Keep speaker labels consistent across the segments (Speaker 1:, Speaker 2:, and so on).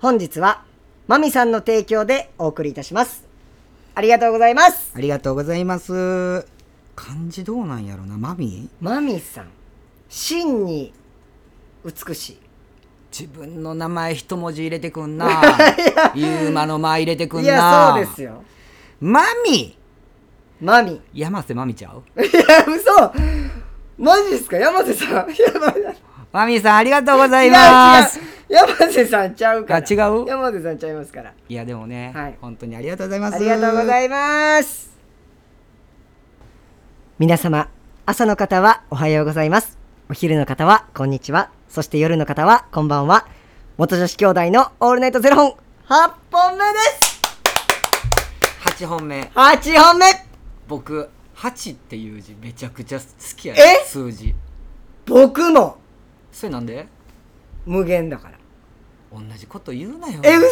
Speaker 1: 本日はマミさんの提供でお送りいたしますありがとうございます
Speaker 2: ありがとうございます漢字どうなんやろなマミ
Speaker 1: マミさん真に美しい
Speaker 2: 自分の名前一文字入れてくん なユーマの間入れてくんない
Speaker 1: やそうですよ
Speaker 2: マミ
Speaker 1: マミ
Speaker 2: 山瀬マミちゃう
Speaker 1: いや嘘マジですか山瀬さんいやばい
Speaker 2: マミさんありがとうござ
Speaker 1: 違
Speaker 2: いうます
Speaker 1: 違う山瀬さんちゃうから
Speaker 2: あ違う
Speaker 1: 山瀬さんちゃいますから
Speaker 2: いやでもね、
Speaker 1: はい
Speaker 2: 本当にありがとうございます
Speaker 1: ありがとうござ
Speaker 2: い
Speaker 1: います皆様朝の方はおはようございますお昼の方はこんにちはそして夜の方はこんばんは元女子兄弟のオールナイトゼロ本8本目です
Speaker 2: ます8本目
Speaker 1: 8本目
Speaker 2: 僕8っていう字めちゃくちゃ好きや
Speaker 1: え
Speaker 2: 数字
Speaker 1: 僕も
Speaker 2: それなんで
Speaker 1: 無限だから
Speaker 2: 同じこと言うなよ
Speaker 1: え嘘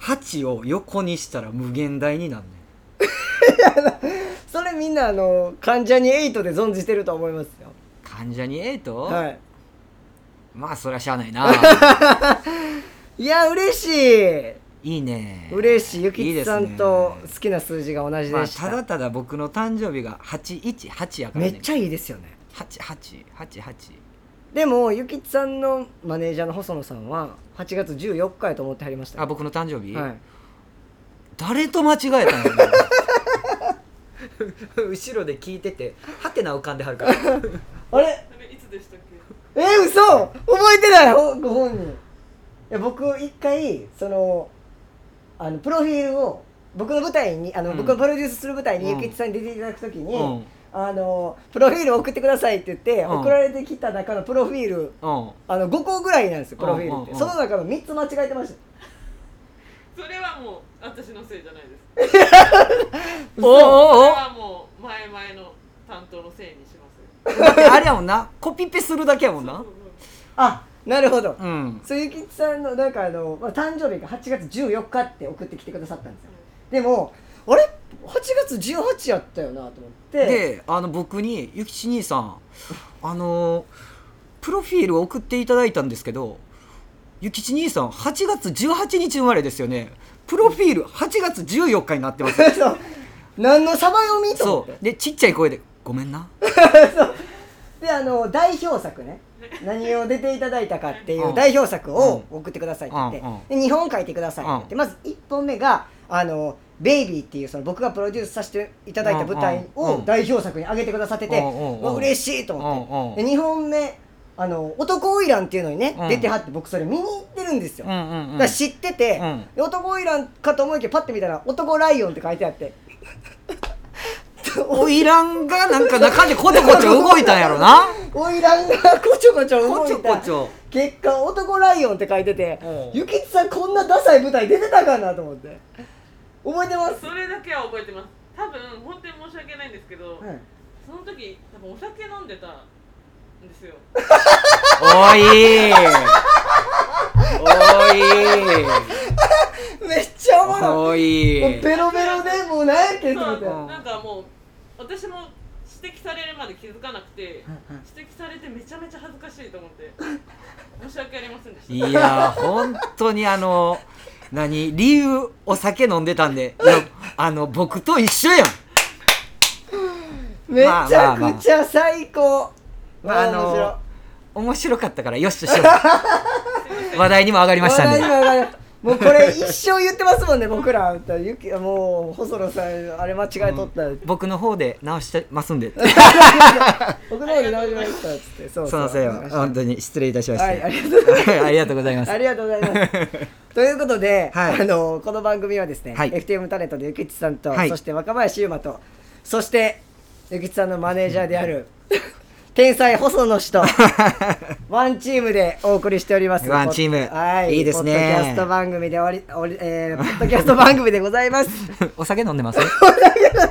Speaker 2: 8を横にしたら無限大になんねん
Speaker 1: それみんなあの関ジャニ8で存じてると思いますよ
Speaker 2: 関ジャニ8、
Speaker 1: はい
Speaker 2: まあそりゃしゃあないな
Speaker 1: いや嬉しい
Speaker 2: いいね
Speaker 1: 嬉しいゆき
Speaker 2: いいで
Speaker 1: ち
Speaker 2: す
Speaker 1: さ
Speaker 2: ね
Speaker 1: んと好きな数字が同じ
Speaker 2: ま
Speaker 1: で
Speaker 2: あ、
Speaker 1: した,、
Speaker 2: ただただ僕の誕生日が818やから
Speaker 1: め
Speaker 2: ね
Speaker 1: っちゃいいですよね
Speaker 2: 8888
Speaker 1: でもゆきちさんのマネージャーの細野さんは8月14日やと思ってはりましたよ
Speaker 2: あ僕の誕生日、
Speaker 1: はい、
Speaker 2: 誰と間違えたの 後ろで聞いててハテナ浮かんでは るから
Speaker 1: あれ
Speaker 3: あれいつでしたっけ
Speaker 1: えー、嘘覚えてないほご本人いや僕一回そのあのプロフィールを僕の舞台にあの、
Speaker 2: うん
Speaker 1: 僕のプロデュースする舞台に
Speaker 2: う
Speaker 1: ゆ
Speaker 2: ん
Speaker 1: きちさんに出ていただくときに、
Speaker 2: うん
Speaker 1: あのプロフィール送ってくださいって言って、
Speaker 2: うん
Speaker 1: 送られてきた中のプロフィール
Speaker 2: うん
Speaker 1: あの5個ぐらいなんですよプロフィールって、
Speaker 2: うんうんうん
Speaker 1: その中の3つ間違えてました
Speaker 3: それはもう私のせいじゃないです
Speaker 2: おお
Speaker 3: そ
Speaker 2: お
Speaker 3: れ
Speaker 2: お
Speaker 3: はもう前々の担当のせいにし ます
Speaker 2: だってあれやもんなコピペするだけやもんな
Speaker 1: あなるほど、
Speaker 2: うん
Speaker 1: そうゆきちさんのなんかあの、まあ、誕生日が8月14日って送ってきてくださったんですよでもあれ8月18やったよなと思って
Speaker 2: であの僕に「ゆきち兄さんあのプロフィールを送っていただいたんですけどゆきち兄さん8月18日生まれですよねプロフィール8月14日になって ます
Speaker 1: そう何のサバ読みと思って
Speaker 2: そうでちっちゃい声で「ごめんな」
Speaker 1: であの代表作 ね何を出ていただいたかっていううん代表作を送ってくださいって言って、
Speaker 2: うんうん
Speaker 1: で2本書いてくださいって言って、まず1本目が「あのベイビー」っていうその僕がプロデュースさせていただいた舞台
Speaker 2: うんうん
Speaker 1: を
Speaker 2: うん
Speaker 1: 代表作に挙げてくださってて、
Speaker 2: うんうんうん
Speaker 1: わ嬉しいと思って、
Speaker 2: うん
Speaker 1: で2本目あの「男花魁」っていうのにね、
Speaker 2: うん
Speaker 1: 出てはって僕それ見に行ってるんですよ、
Speaker 2: うんうんうん
Speaker 1: だから知ってて、
Speaker 2: うん
Speaker 1: で男花魁かと思いきやパッて見たら「男ライオン」って書いてあって
Speaker 2: おいらんがなんか中でこちょこちょ動いたんやろ な
Speaker 1: 花魁がこちょこちょ動
Speaker 2: こ
Speaker 1: い
Speaker 2: ち
Speaker 1: た
Speaker 2: ょこちょ
Speaker 1: 結果「男ライオン」って書いてて
Speaker 2: うん
Speaker 1: ゆきつさんこんなダサい舞台出てたかなと思って覚えてます
Speaker 3: それだけは覚えてます多分本当に申し訳ないんですけど、
Speaker 1: はい
Speaker 3: その時多分お酒飲んでたんですよ
Speaker 2: お いお
Speaker 1: めっちゃおもろ
Speaker 2: い
Speaker 1: い
Speaker 2: お
Speaker 1: もう
Speaker 2: い
Speaker 1: ベロベロでもう何やってんと思って
Speaker 3: そう
Speaker 1: は
Speaker 3: なんかもう私も指摘されるまで気づかなくて指摘されてめちゃめちゃ恥ずかしいと思 って申し訳ありませんでした
Speaker 2: いやー本当にあの何理由お酒飲んでたんでいやあの僕と一緒やん
Speaker 1: いめちゃくちゃ最高
Speaker 2: ま
Speaker 1: 面
Speaker 2: ああ
Speaker 1: 白い
Speaker 2: の面白かったからよしとしよ う話題にも上がりました
Speaker 1: 話題に
Speaker 2: ね
Speaker 1: も上がるもうこれ一生言ってますもんね僕らゆきもう細野さんあれ間違えとったって
Speaker 2: 僕の方で直してますんで
Speaker 1: 僕の方で直しましたっつってそう
Speaker 2: そのせいは本当に失礼いたしました、
Speaker 1: はいありがとうございます
Speaker 2: はい ありがとうござ
Speaker 1: ありがとうござい
Speaker 2: います
Speaker 1: ます。ということで、
Speaker 2: はい
Speaker 1: あのこの番組はですね、
Speaker 2: はい
Speaker 1: FTM タレントのゆきちさんと、
Speaker 2: はい
Speaker 1: そして若林優馬とそしてゆきちさんのマネージャーである 天才細野氏 とワンチームでお送りしております。
Speaker 2: ワンチーム
Speaker 1: はい、
Speaker 2: いいですね
Speaker 1: ポッドキャスト番組でおりおり、えー、ポッドキャスト番組でございます。
Speaker 2: お酒飲んで ます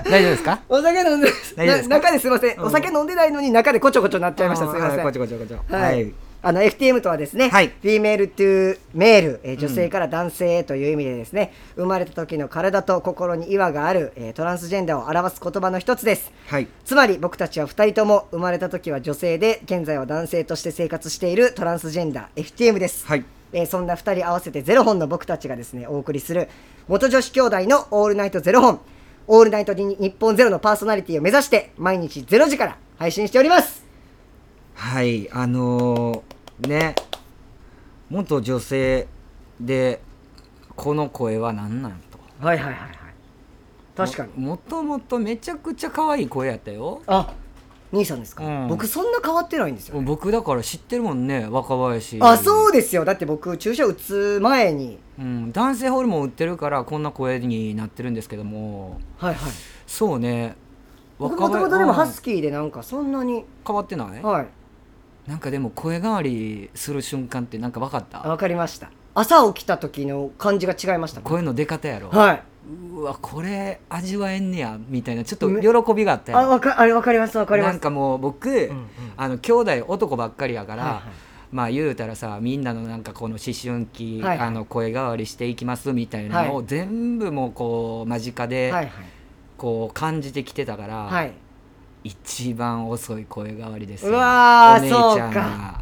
Speaker 2: 大丈夫ですか
Speaker 1: お酒飲んで
Speaker 2: 大丈夫ですか
Speaker 1: な中ですいません、お酒飲んでないのに中でこちょこちょなっちゃいました。すいません。
Speaker 2: こちょこちょこちょ
Speaker 1: はい、あの FTM とはですね、
Speaker 2: はい
Speaker 1: フィメールトゥーメール、えー女性から男性へという意味でですね、生まれた時の体と心に違和がある、えートランスジェンダーを表す言葉の一つです。
Speaker 2: はい
Speaker 1: つまり僕たちは2人とも生まれた時は女性で現在は男性として生活しているトランスジェンダー FTM です、
Speaker 2: はい
Speaker 1: えーそんな2人合わせてゼロ本の僕たちがですねお送りする元女子兄弟の「オールナイトゼロ本」「オールナイトに日本ゼロのパーソナリティを目指して毎日ゼロ時から配信しております
Speaker 2: はいあのーね元女性でこの声は何なんと
Speaker 1: はいはいはいはい確かに
Speaker 2: ももともとめちゃくちゃ可愛い声やったよ
Speaker 1: あ兄さんですか、
Speaker 2: うん
Speaker 1: 僕そんな変わってないんですよ、
Speaker 2: 僕だから知ってるもんね若林
Speaker 1: あそうですよだって僕注射打つ前に
Speaker 2: うん、男性ホルモン売ってるからこんな声になってるんですけども
Speaker 1: はいはい
Speaker 2: そうね
Speaker 1: 僕
Speaker 2: 若
Speaker 1: もと
Speaker 2: 林
Speaker 1: もとでもハス
Speaker 2: うん
Speaker 1: キーでなんかそんなに
Speaker 2: 変わってない、
Speaker 1: はい
Speaker 2: なんかでも声変わりする瞬間ってなんか分かった
Speaker 1: わかりました朝起きた時の感じが違いました
Speaker 2: 声の出方やろ、
Speaker 1: はいう
Speaker 2: わこれ味わえんねやみたいなちょっと喜びがあったや
Speaker 1: あ
Speaker 2: ろ
Speaker 1: わかあれわかりますわかりま
Speaker 2: なん
Speaker 1: す
Speaker 2: かもう僕、
Speaker 1: ん
Speaker 2: あの兄弟男ばっかりやから、
Speaker 1: はいはい
Speaker 2: まあ言うたらさみんなのなんかこの思春期、
Speaker 1: はいはい
Speaker 2: あの声変わりしていきますみたいなの
Speaker 1: は
Speaker 2: を全部もうこう間近で
Speaker 1: はいはい
Speaker 2: こう感じてきてたから、
Speaker 1: はい
Speaker 2: 一番遅い声変わりですよ
Speaker 1: うわー
Speaker 2: お姉ちゃ
Speaker 1: そうんか
Speaker 2: が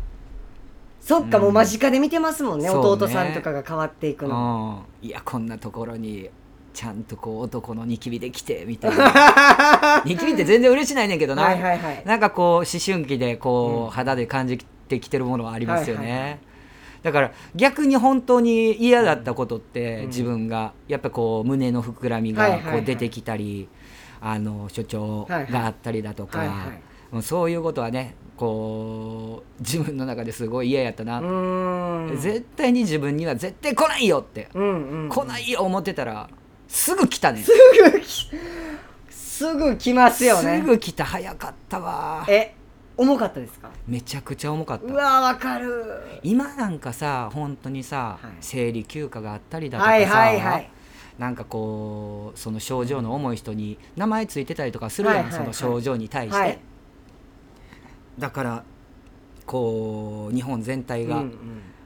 Speaker 1: そっか、
Speaker 2: うん
Speaker 1: もう間近で見てますもんね
Speaker 2: そうね
Speaker 1: 弟さんとかが変わっていくの
Speaker 2: うん、いやこんなところにちゃんとこう男のニキビできてみたい なニキビって全然嬉しないねんけどな、
Speaker 1: はいはいはい
Speaker 2: なんかこう思春期でこう、
Speaker 1: うん
Speaker 2: 肌で感じてきてるものはありますよね、
Speaker 1: はいはいは
Speaker 2: だから逆に本当に嫌だったことって、
Speaker 1: うん
Speaker 2: 自分がやっぱこう胸の膨らみ
Speaker 1: はいは
Speaker 2: が
Speaker 1: いはい
Speaker 2: こう出てきたり、あの所長
Speaker 1: はいはい
Speaker 2: があったりだとか、
Speaker 1: はいはい
Speaker 2: もうそういうことはねこう自分の中ですごい嫌やったな、
Speaker 1: うーん
Speaker 2: 絶対に自分には絶対来ないよって、
Speaker 1: うんうん
Speaker 2: 来ないよ思ってたらすぐ来たね
Speaker 1: すぐきすぐ来ますよね
Speaker 2: すぐ来た早かったわ
Speaker 1: え重かったですか
Speaker 2: めちゃくちゃ重かっ
Speaker 1: う
Speaker 2: た
Speaker 1: わわかる
Speaker 2: 今なんかさ本当にさ、
Speaker 1: はい
Speaker 2: 生理休暇があったりだとかさ、
Speaker 1: はいはいはい
Speaker 2: なんかこうその症状の重い人に名前ついてたりとかするやん、
Speaker 1: はいはいはい
Speaker 2: その症状に対して、
Speaker 1: はい
Speaker 2: だからこう日本全体が、
Speaker 1: うんうん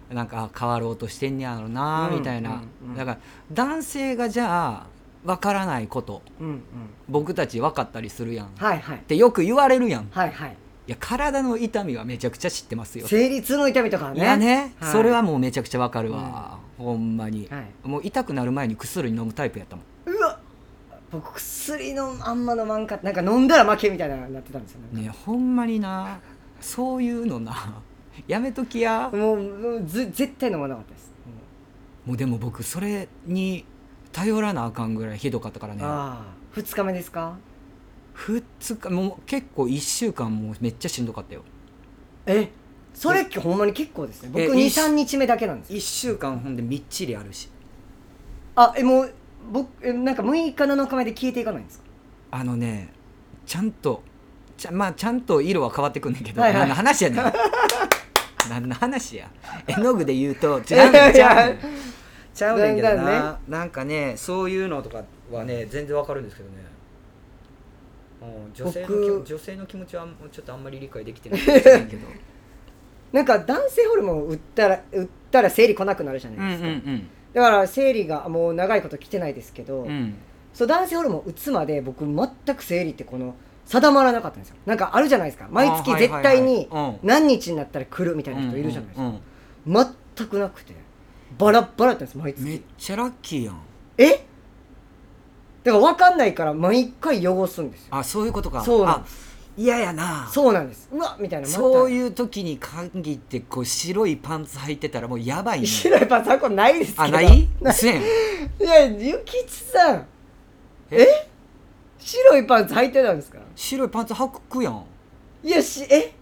Speaker 2: なんか変わろうとしてんねやろな
Speaker 1: うん
Speaker 2: みたいな、
Speaker 1: うんうん
Speaker 2: だから男性がじゃあ分からないこと
Speaker 1: うんうん
Speaker 2: 僕たち分かったりするやん、っ
Speaker 1: はいはい
Speaker 2: てよく言われるやんい
Speaker 1: はいはい
Speaker 2: や体の痛みはめちゃくちゃ知ってますよ、
Speaker 1: 生理痛の痛みとか
Speaker 2: い
Speaker 1: ね
Speaker 2: やね、
Speaker 1: はい
Speaker 2: それはもうめちゃくちゃ分かるわ、ほんまに、
Speaker 1: はい
Speaker 2: もう痛くなる前に薬飲むタイプやったもん
Speaker 1: うわ僕薬のあんま飲まんかったなんか飲んだら負けみたいなのになってたんですよ、ね、
Speaker 2: ねほんまになそういうのな やめときや、
Speaker 1: もうもうず絶対飲まなかったです、
Speaker 2: もうでも僕それに頼らなあかんぐらいひどかったからね
Speaker 1: ああ2日目ですか
Speaker 2: 2日もう結構1週間もうめっちゃしんどかったよ
Speaker 1: えそれほんまに結構ですね僕
Speaker 2: え
Speaker 1: 23日目だけなんですよ
Speaker 2: 1週間ほんでみっちりあるし
Speaker 1: あえもう僕えなんか6日7日目で消えていかないんですか
Speaker 2: あのねちゃんとちゃまあちゃんと色は変わってくんねんけど、
Speaker 1: はいはい
Speaker 2: 何の話やねん 何の話や絵の具で言うと
Speaker 1: いや
Speaker 2: 違うねん
Speaker 1: い
Speaker 2: ちゃう
Speaker 1: や
Speaker 2: ねんちゃうねんけど
Speaker 1: だんだん
Speaker 2: ななんかねそういうのとかはね全然わかるんですけどねうん女性の
Speaker 1: 僕
Speaker 2: 気女性の気持ちはちょっとあんまり理解できてないかもしれない けど
Speaker 1: なんか男性ホルモンを売ったら売ったら生理来なくなるじゃ
Speaker 2: う
Speaker 1: ない
Speaker 2: ん
Speaker 1: ですか、
Speaker 2: うん
Speaker 1: だから生理がもう長いこと来てないですけど、
Speaker 2: うんうん
Speaker 1: そう男性ホルモン打つまで僕全く生理ってこの定まらなかったんですよなんかあるじゃないですか毎月
Speaker 2: あーはい
Speaker 1: 絶
Speaker 2: はいはい
Speaker 1: 対に
Speaker 2: うん
Speaker 1: 何日になったら来るみたいな人いるじゃないです
Speaker 2: うん
Speaker 1: か
Speaker 2: うんうん
Speaker 1: 全くなくてバラッバラだったんです毎
Speaker 2: めっ
Speaker 1: 月
Speaker 2: ちゃラッキーやん
Speaker 1: えだから分かんないから毎回汚すんですよ
Speaker 2: あそういうことか
Speaker 1: そうなん
Speaker 2: あ
Speaker 1: で
Speaker 2: 嫌やな
Speaker 1: そうなんですうわみたいな
Speaker 2: そう
Speaker 1: う
Speaker 2: いう時に限ってこう白いパンツ履いてたらもうやばいね
Speaker 1: 白いパンツはこれないですけど
Speaker 2: あないせん
Speaker 1: いやゆきちさん
Speaker 2: え
Speaker 1: 白いパンツ履いてたんですか
Speaker 2: 白いパンツ履くやん
Speaker 1: いやしえ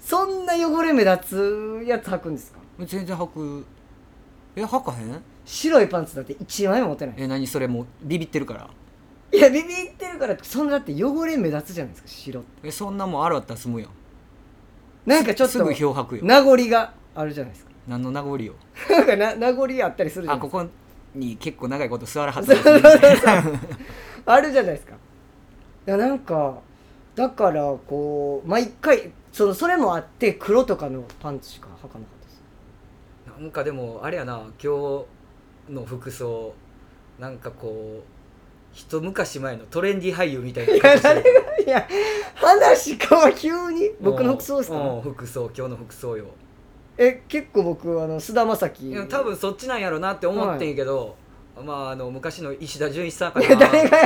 Speaker 1: そんな汚れ目立つやつ履くんですか
Speaker 2: 全然履くえ履かへん
Speaker 1: 白いパンツだって1枚も持てない
Speaker 2: え何それもうビビってるから
Speaker 1: いやビビってるからそんなだって汚れ目立つじゃないですか白って
Speaker 2: えそんなもん洗ったら済むやん
Speaker 1: なんかちょっ
Speaker 2: す
Speaker 1: と
Speaker 2: ぐ漂白よ
Speaker 1: 名残があるじゃないですか
Speaker 2: 何の名残よ
Speaker 1: なんかな名残あったりするじゃ
Speaker 2: あ
Speaker 1: ない
Speaker 2: こ
Speaker 1: ですか
Speaker 2: こに結構長いこと座らはった
Speaker 1: そ
Speaker 2: ん
Speaker 1: う
Speaker 2: で
Speaker 1: そ
Speaker 2: す
Speaker 1: う
Speaker 2: ね
Speaker 1: そうあるじゃないですかいやなんかだからこう毎回そのそれもあって黒とかのパンツしか履かなかったです
Speaker 2: なんかでもあれやな今日の服装なんかこう一昔前のトレンディ俳優みたいな格好してる
Speaker 1: いいや 話かは急に僕の服装です
Speaker 2: うんう
Speaker 1: か
Speaker 2: ん服装今日の服装よ
Speaker 1: え結構僕あの菅田将暉
Speaker 2: うん多分そっちなんやろなって思ってんけど、まああの昔の石田純一さんかな
Speaker 1: 誰が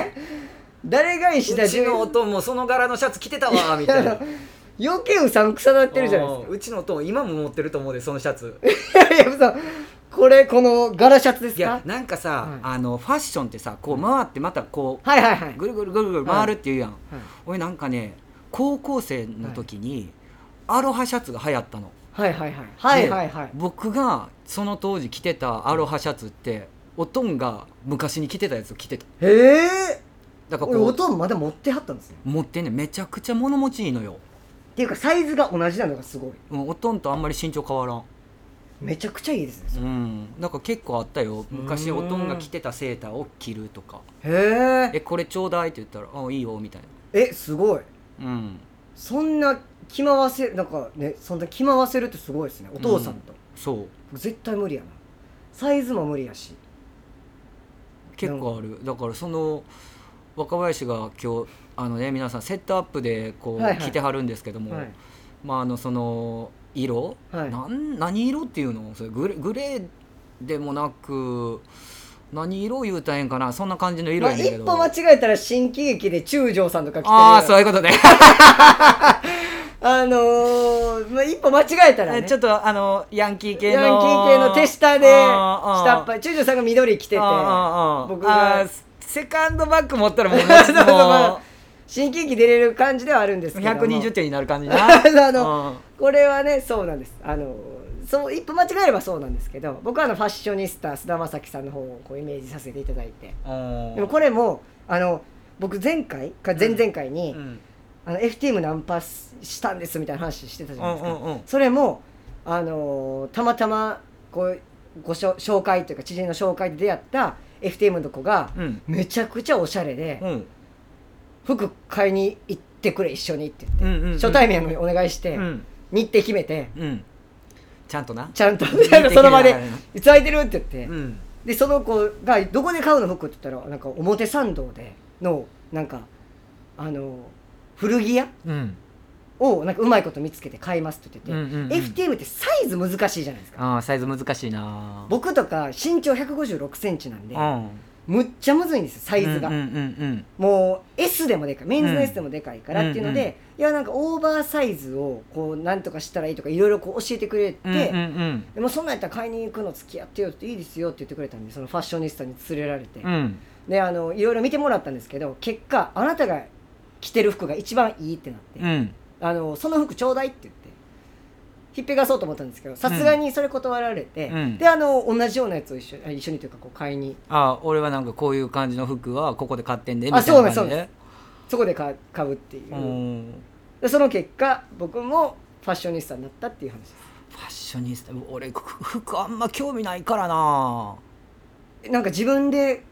Speaker 1: 誰が石田
Speaker 2: うち
Speaker 1: 純
Speaker 2: のおとんもその柄のシャツ着てたわみ たいな
Speaker 1: 余計うさんくさなってるじゃない
Speaker 2: うんうちのおとん今も持ってると思うでそのシャツ
Speaker 1: ですかいや嘘これこの柄シャツです
Speaker 2: い
Speaker 1: か
Speaker 2: やなんかさ、
Speaker 1: はい
Speaker 2: あのファッションってさこう回ってまたこう
Speaker 1: はいはいはい
Speaker 2: ぐるぐるぐるぐる回るっていうやん、
Speaker 1: はい
Speaker 2: 俺なんかね高校生の時にアロハシャツが流行ったの、
Speaker 1: はいはいはいはい
Speaker 2: で
Speaker 1: はいはい
Speaker 2: 僕がその当時着てたアロハシャツっておとんが昔に着てたやつを着てた
Speaker 1: へえ
Speaker 2: だからこ
Speaker 1: お
Speaker 2: う
Speaker 1: とんまだ持ってはったんですね
Speaker 2: 持ってんねんめちゃくちゃ物持ちいいのよ
Speaker 1: っていうかサイズが同じなのがすごい
Speaker 2: うんおとんとあんまり身長変わらん
Speaker 1: めちゃくちゃいいですね
Speaker 2: うんなんか結構あったよ昔
Speaker 1: う
Speaker 2: お
Speaker 1: ん
Speaker 2: とんが着てたセーターを着るとか
Speaker 1: へ
Speaker 2: えこれちょうだいって言ったら「あいいよ」みたい
Speaker 1: ええすごい
Speaker 2: なうん
Speaker 1: そんな着回せなんかねそんな着回せるってすごいですねお父さんと、
Speaker 2: そう
Speaker 1: 絶対無理やなサイズも無理やし
Speaker 2: 結構あるだからその若林が今日あのね皆さんセットアップでこう
Speaker 1: はいはい
Speaker 2: 着てはるんですけども、
Speaker 1: はい
Speaker 2: まああのその色、
Speaker 1: はい
Speaker 2: なん何色っていうのそれグレグレーでもなく何色を言うたらええんかなそんな感じの色
Speaker 1: まあ、
Speaker 2: やねん
Speaker 1: 一
Speaker 2: けど、
Speaker 1: 歩間違えたら新喜劇で中条さんとか来てる
Speaker 2: ああそういうことね
Speaker 1: あのーまあ、一歩間違えたら、ね、
Speaker 2: ちょっとあのヤンキー系の
Speaker 1: ヤンキー系の手下で
Speaker 2: あーあー
Speaker 1: 下っ端中条さんが緑着てて
Speaker 2: あーあーあー
Speaker 1: 僕が
Speaker 2: あーセカンドバッグ持ったらも う
Speaker 1: そうそうま
Speaker 2: も
Speaker 1: あ新喜劇出れる感じではあるんです
Speaker 2: う
Speaker 1: けども
Speaker 2: 120点になる感じな
Speaker 1: あの
Speaker 2: うん
Speaker 1: これはねそうなんですあのそう一歩間違えればそうなんですけど僕はあのファッショニスタ菅田将暉さんの方をこうイメージさせていただいて
Speaker 2: うん
Speaker 1: でもこれもあの僕前回か前々回に、
Speaker 2: うん
Speaker 1: あの FTM ナンパしたんですみたいな話してたじゃないですか、
Speaker 2: うんうんうん
Speaker 1: それも、あのーたまたまこうごしょ紹介というか知人の紹介で出会った FTM の子が、
Speaker 2: うん
Speaker 1: めちゃくちゃおしゃれで、
Speaker 2: うん
Speaker 1: 服買いに行ってくれ一緒にって言って、
Speaker 2: うんうんうん
Speaker 1: 初対面にお願いして、
Speaker 2: うん
Speaker 1: 日程決めて
Speaker 2: うんちゃんとな
Speaker 1: ちゃんと
Speaker 2: 日程
Speaker 1: その場で
Speaker 2: 決めながらね
Speaker 1: 「いつ空いてる?」って言って、
Speaker 2: うん
Speaker 1: でその子が「どこで買うの服?」って言ったらなんか表参道でのなんかあのー古着屋
Speaker 2: うん
Speaker 1: をなんかうまいこと見つけて買いますって
Speaker 2: うん
Speaker 1: 言ってて、
Speaker 2: うん
Speaker 1: FTM
Speaker 2: うん
Speaker 1: ってサイズ難しいじゃないですか
Speaker 2: ああサイズ難しいな
Speaker 1: 僕とか身長1 5 6センチなんで
Speaker 2: うん
Speaker 1: むっちゃむずいんですよサイズが、
Speaker 2: うんうん
Speaker 1: もう S でもでかいメンズ
Speaker 2: う
Speaker 1: の
Speaker 2: ん
Speaker 1: S でもでかいからっていうの
Speaker 2: うんうん
Speaker 1: で、いやなんかオーバーサイズをこうなんとかしたらいいとかいろいろこう教えてくれて、
Speaker 2: うんうんうん
Speaker 1: でもそんなんやったら買いに行くの付き合ってよっていいですよって言ってくれたんでそのファッショニスタに連れられて、
Speaker 2: うんうん
Speaker 1: であのいろいろ見てもらったんですけど結果あなたが着てる服が一番いいってなって、
Speaker 2: うん
Speaker 1: あのその服ちょうだいって言ってひっぺがそうと思ったんですけどさすがにそれ断られて、
Speaker 2: うん
Speaker 1: であの同じようなやつを一緒にあ一緒にというかこう買いに
Speaker 2: ああ俺はなんかこういう感じの服はここで買ってんでみ
Speaker 1: あ
Speaker 2: たいな
Speaker 1: そう
Speaker 2: 感
Speaker 1: なんです
Speaker 2: じで
Speaker 1: そこで買う買うっていう、
Speaker 2: うん
Speaker 1: でその結果僕もファッショニスタになったっていう話です
Speaker 2: ファッショニスタ俺服あんま興味ないからな
Speaker 1: えなんか自分で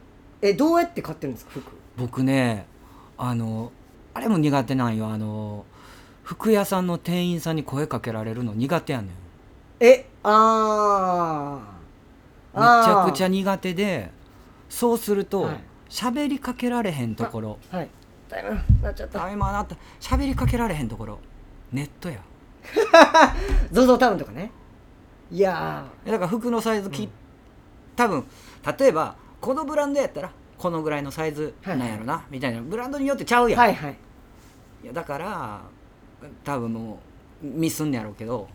Speaker 1: えどうやって買ってるんですか服
Speaker 2: 僕ねあのあれも苦手なんよあの服屋さんの店員さんに声かけられるの苦手やねんめ
Speaker 1: えあー
Speaker 2: ちゃくちゃ
Speaker 1: あ
Speaker 2: 苦手でそうすると
Speaker 1: はい
Speaker 2: 喋、りかけられへんところ
Speaker 1: ーはいだいぶなっちゃった
Speaker 2: あ今あなた喋りかけられへんところネットや
Speaker 1: ZOZO タウンとかねいや
Speaker 2: だから服のサイズき、多分例えばこのブランドやったらこのぐらいのサイズなんやろな、みたいなブランドによってちゃ
Speaker 1: ー
Speaker 2: うやん、
Speaker 1: はい はい
Speaker 2: いやだから多分もうミスんねやろうけど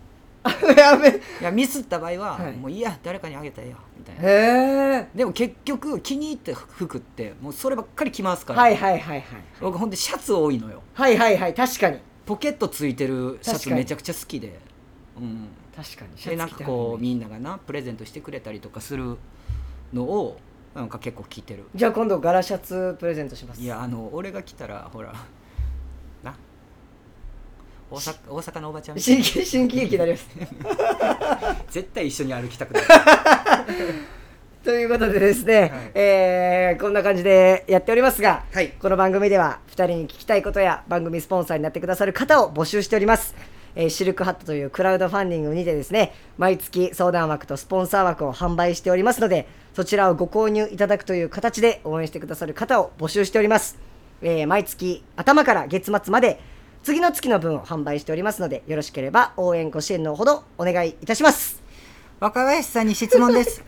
Speaker 1: あやべ
Speaker 2: いやミスった場合は、
Speaker 1: はい
Speaker 2: もういいや誰かにあげたらええやみたいな
Speaker 1: へえ
Speaker 2: でも結局気に入った服ってもうそればっかり着ますから、
Speaker 1: はいはいはいはい
Speaker 2: 僕ほんでシャツ多いのよ
Speaker 1: はいはいはい確かに
Speaker 2: ポケットついてるシャ
Speaker 1: 確
Speaker 2: ツ
Speaker 1: かに
Speaker 2: めちゃくちゃ好きで、うん、
Speaker 1: 確かに
Speaker 2: でなんかこう
Speaker 1: う
Speaker 2: みんながなプレゼントしてくれたりとかするのをなんか結構着てる
Speaker 1: じゃあ今度柄シャツプレゼントします
Speaker 2: いやあの俺が着たらほらな大阪大阪のおばちゃんみたい
Speaker 1: 新
Speaker 2: な
Speaker 1: 喜新喜劇になります
Speaker 2: 絶対一緒に歩きたくない
Speaker 1: ということでですね、
Speaker 2: はい
Speaker 1: えーこんな感じでやっておりますが、
Speaker 2: はい
Speaker 1: この番組では2人に聞きたいことや番組スポンサーになってくださる方を募集しております、えーシルクハットというクラウドファンディングにてですね毎月相談枠とスポンサー枠を販売しておりますのでそちらをご購入いただくという形で応援してくださる方を募集しております、えー毎月頭から月末まで次の月の分を販売しておりますのでよろしければ応援ご支援のほどお願いいたします
Speaker 2: 若林さんに質問です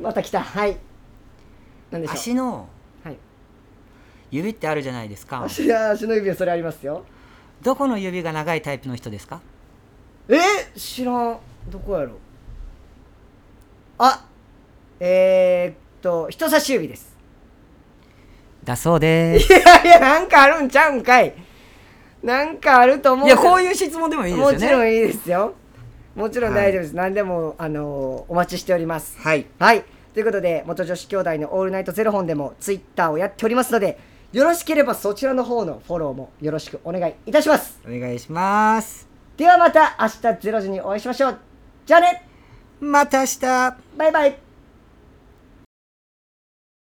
Speaker 1: また来たはい何でしょ
Speaker 2: 足の
Speaker 1: うはい
Speaker 2: 指ってあるじゃないですか
Speaker 1: 足や足の指はそれありますよ
Speaker 2: どこの指が長いタイプの人ですか
Speaker 1: えー知らんどこやろあえー、っと人差し指です
Speaker 2: だそうで
Speaker 1: いやいやなんかあるんちゃうんかいなんかあると思う
Speaker 2: い
Speaker 1: い
Speaker 2: やこういう質問でもいいですよね
Speaker 1: もちろんいいですよもちろん大丈夫です、何でもあのお待ちしております
Speaker 2: はい
Speaker 1: はい。ということで、元女子兄弟のオールナイトゼロ本でもツイッターをやっておりますので、よろしければそちらの方のフォローもよろしくお願いいたします。
Speaker 2: お願いします
Speaker 1: ではまた明日0時にお会いしましょう。じゃあね
Speaker 2: また明日
Speaker 1: バイバイ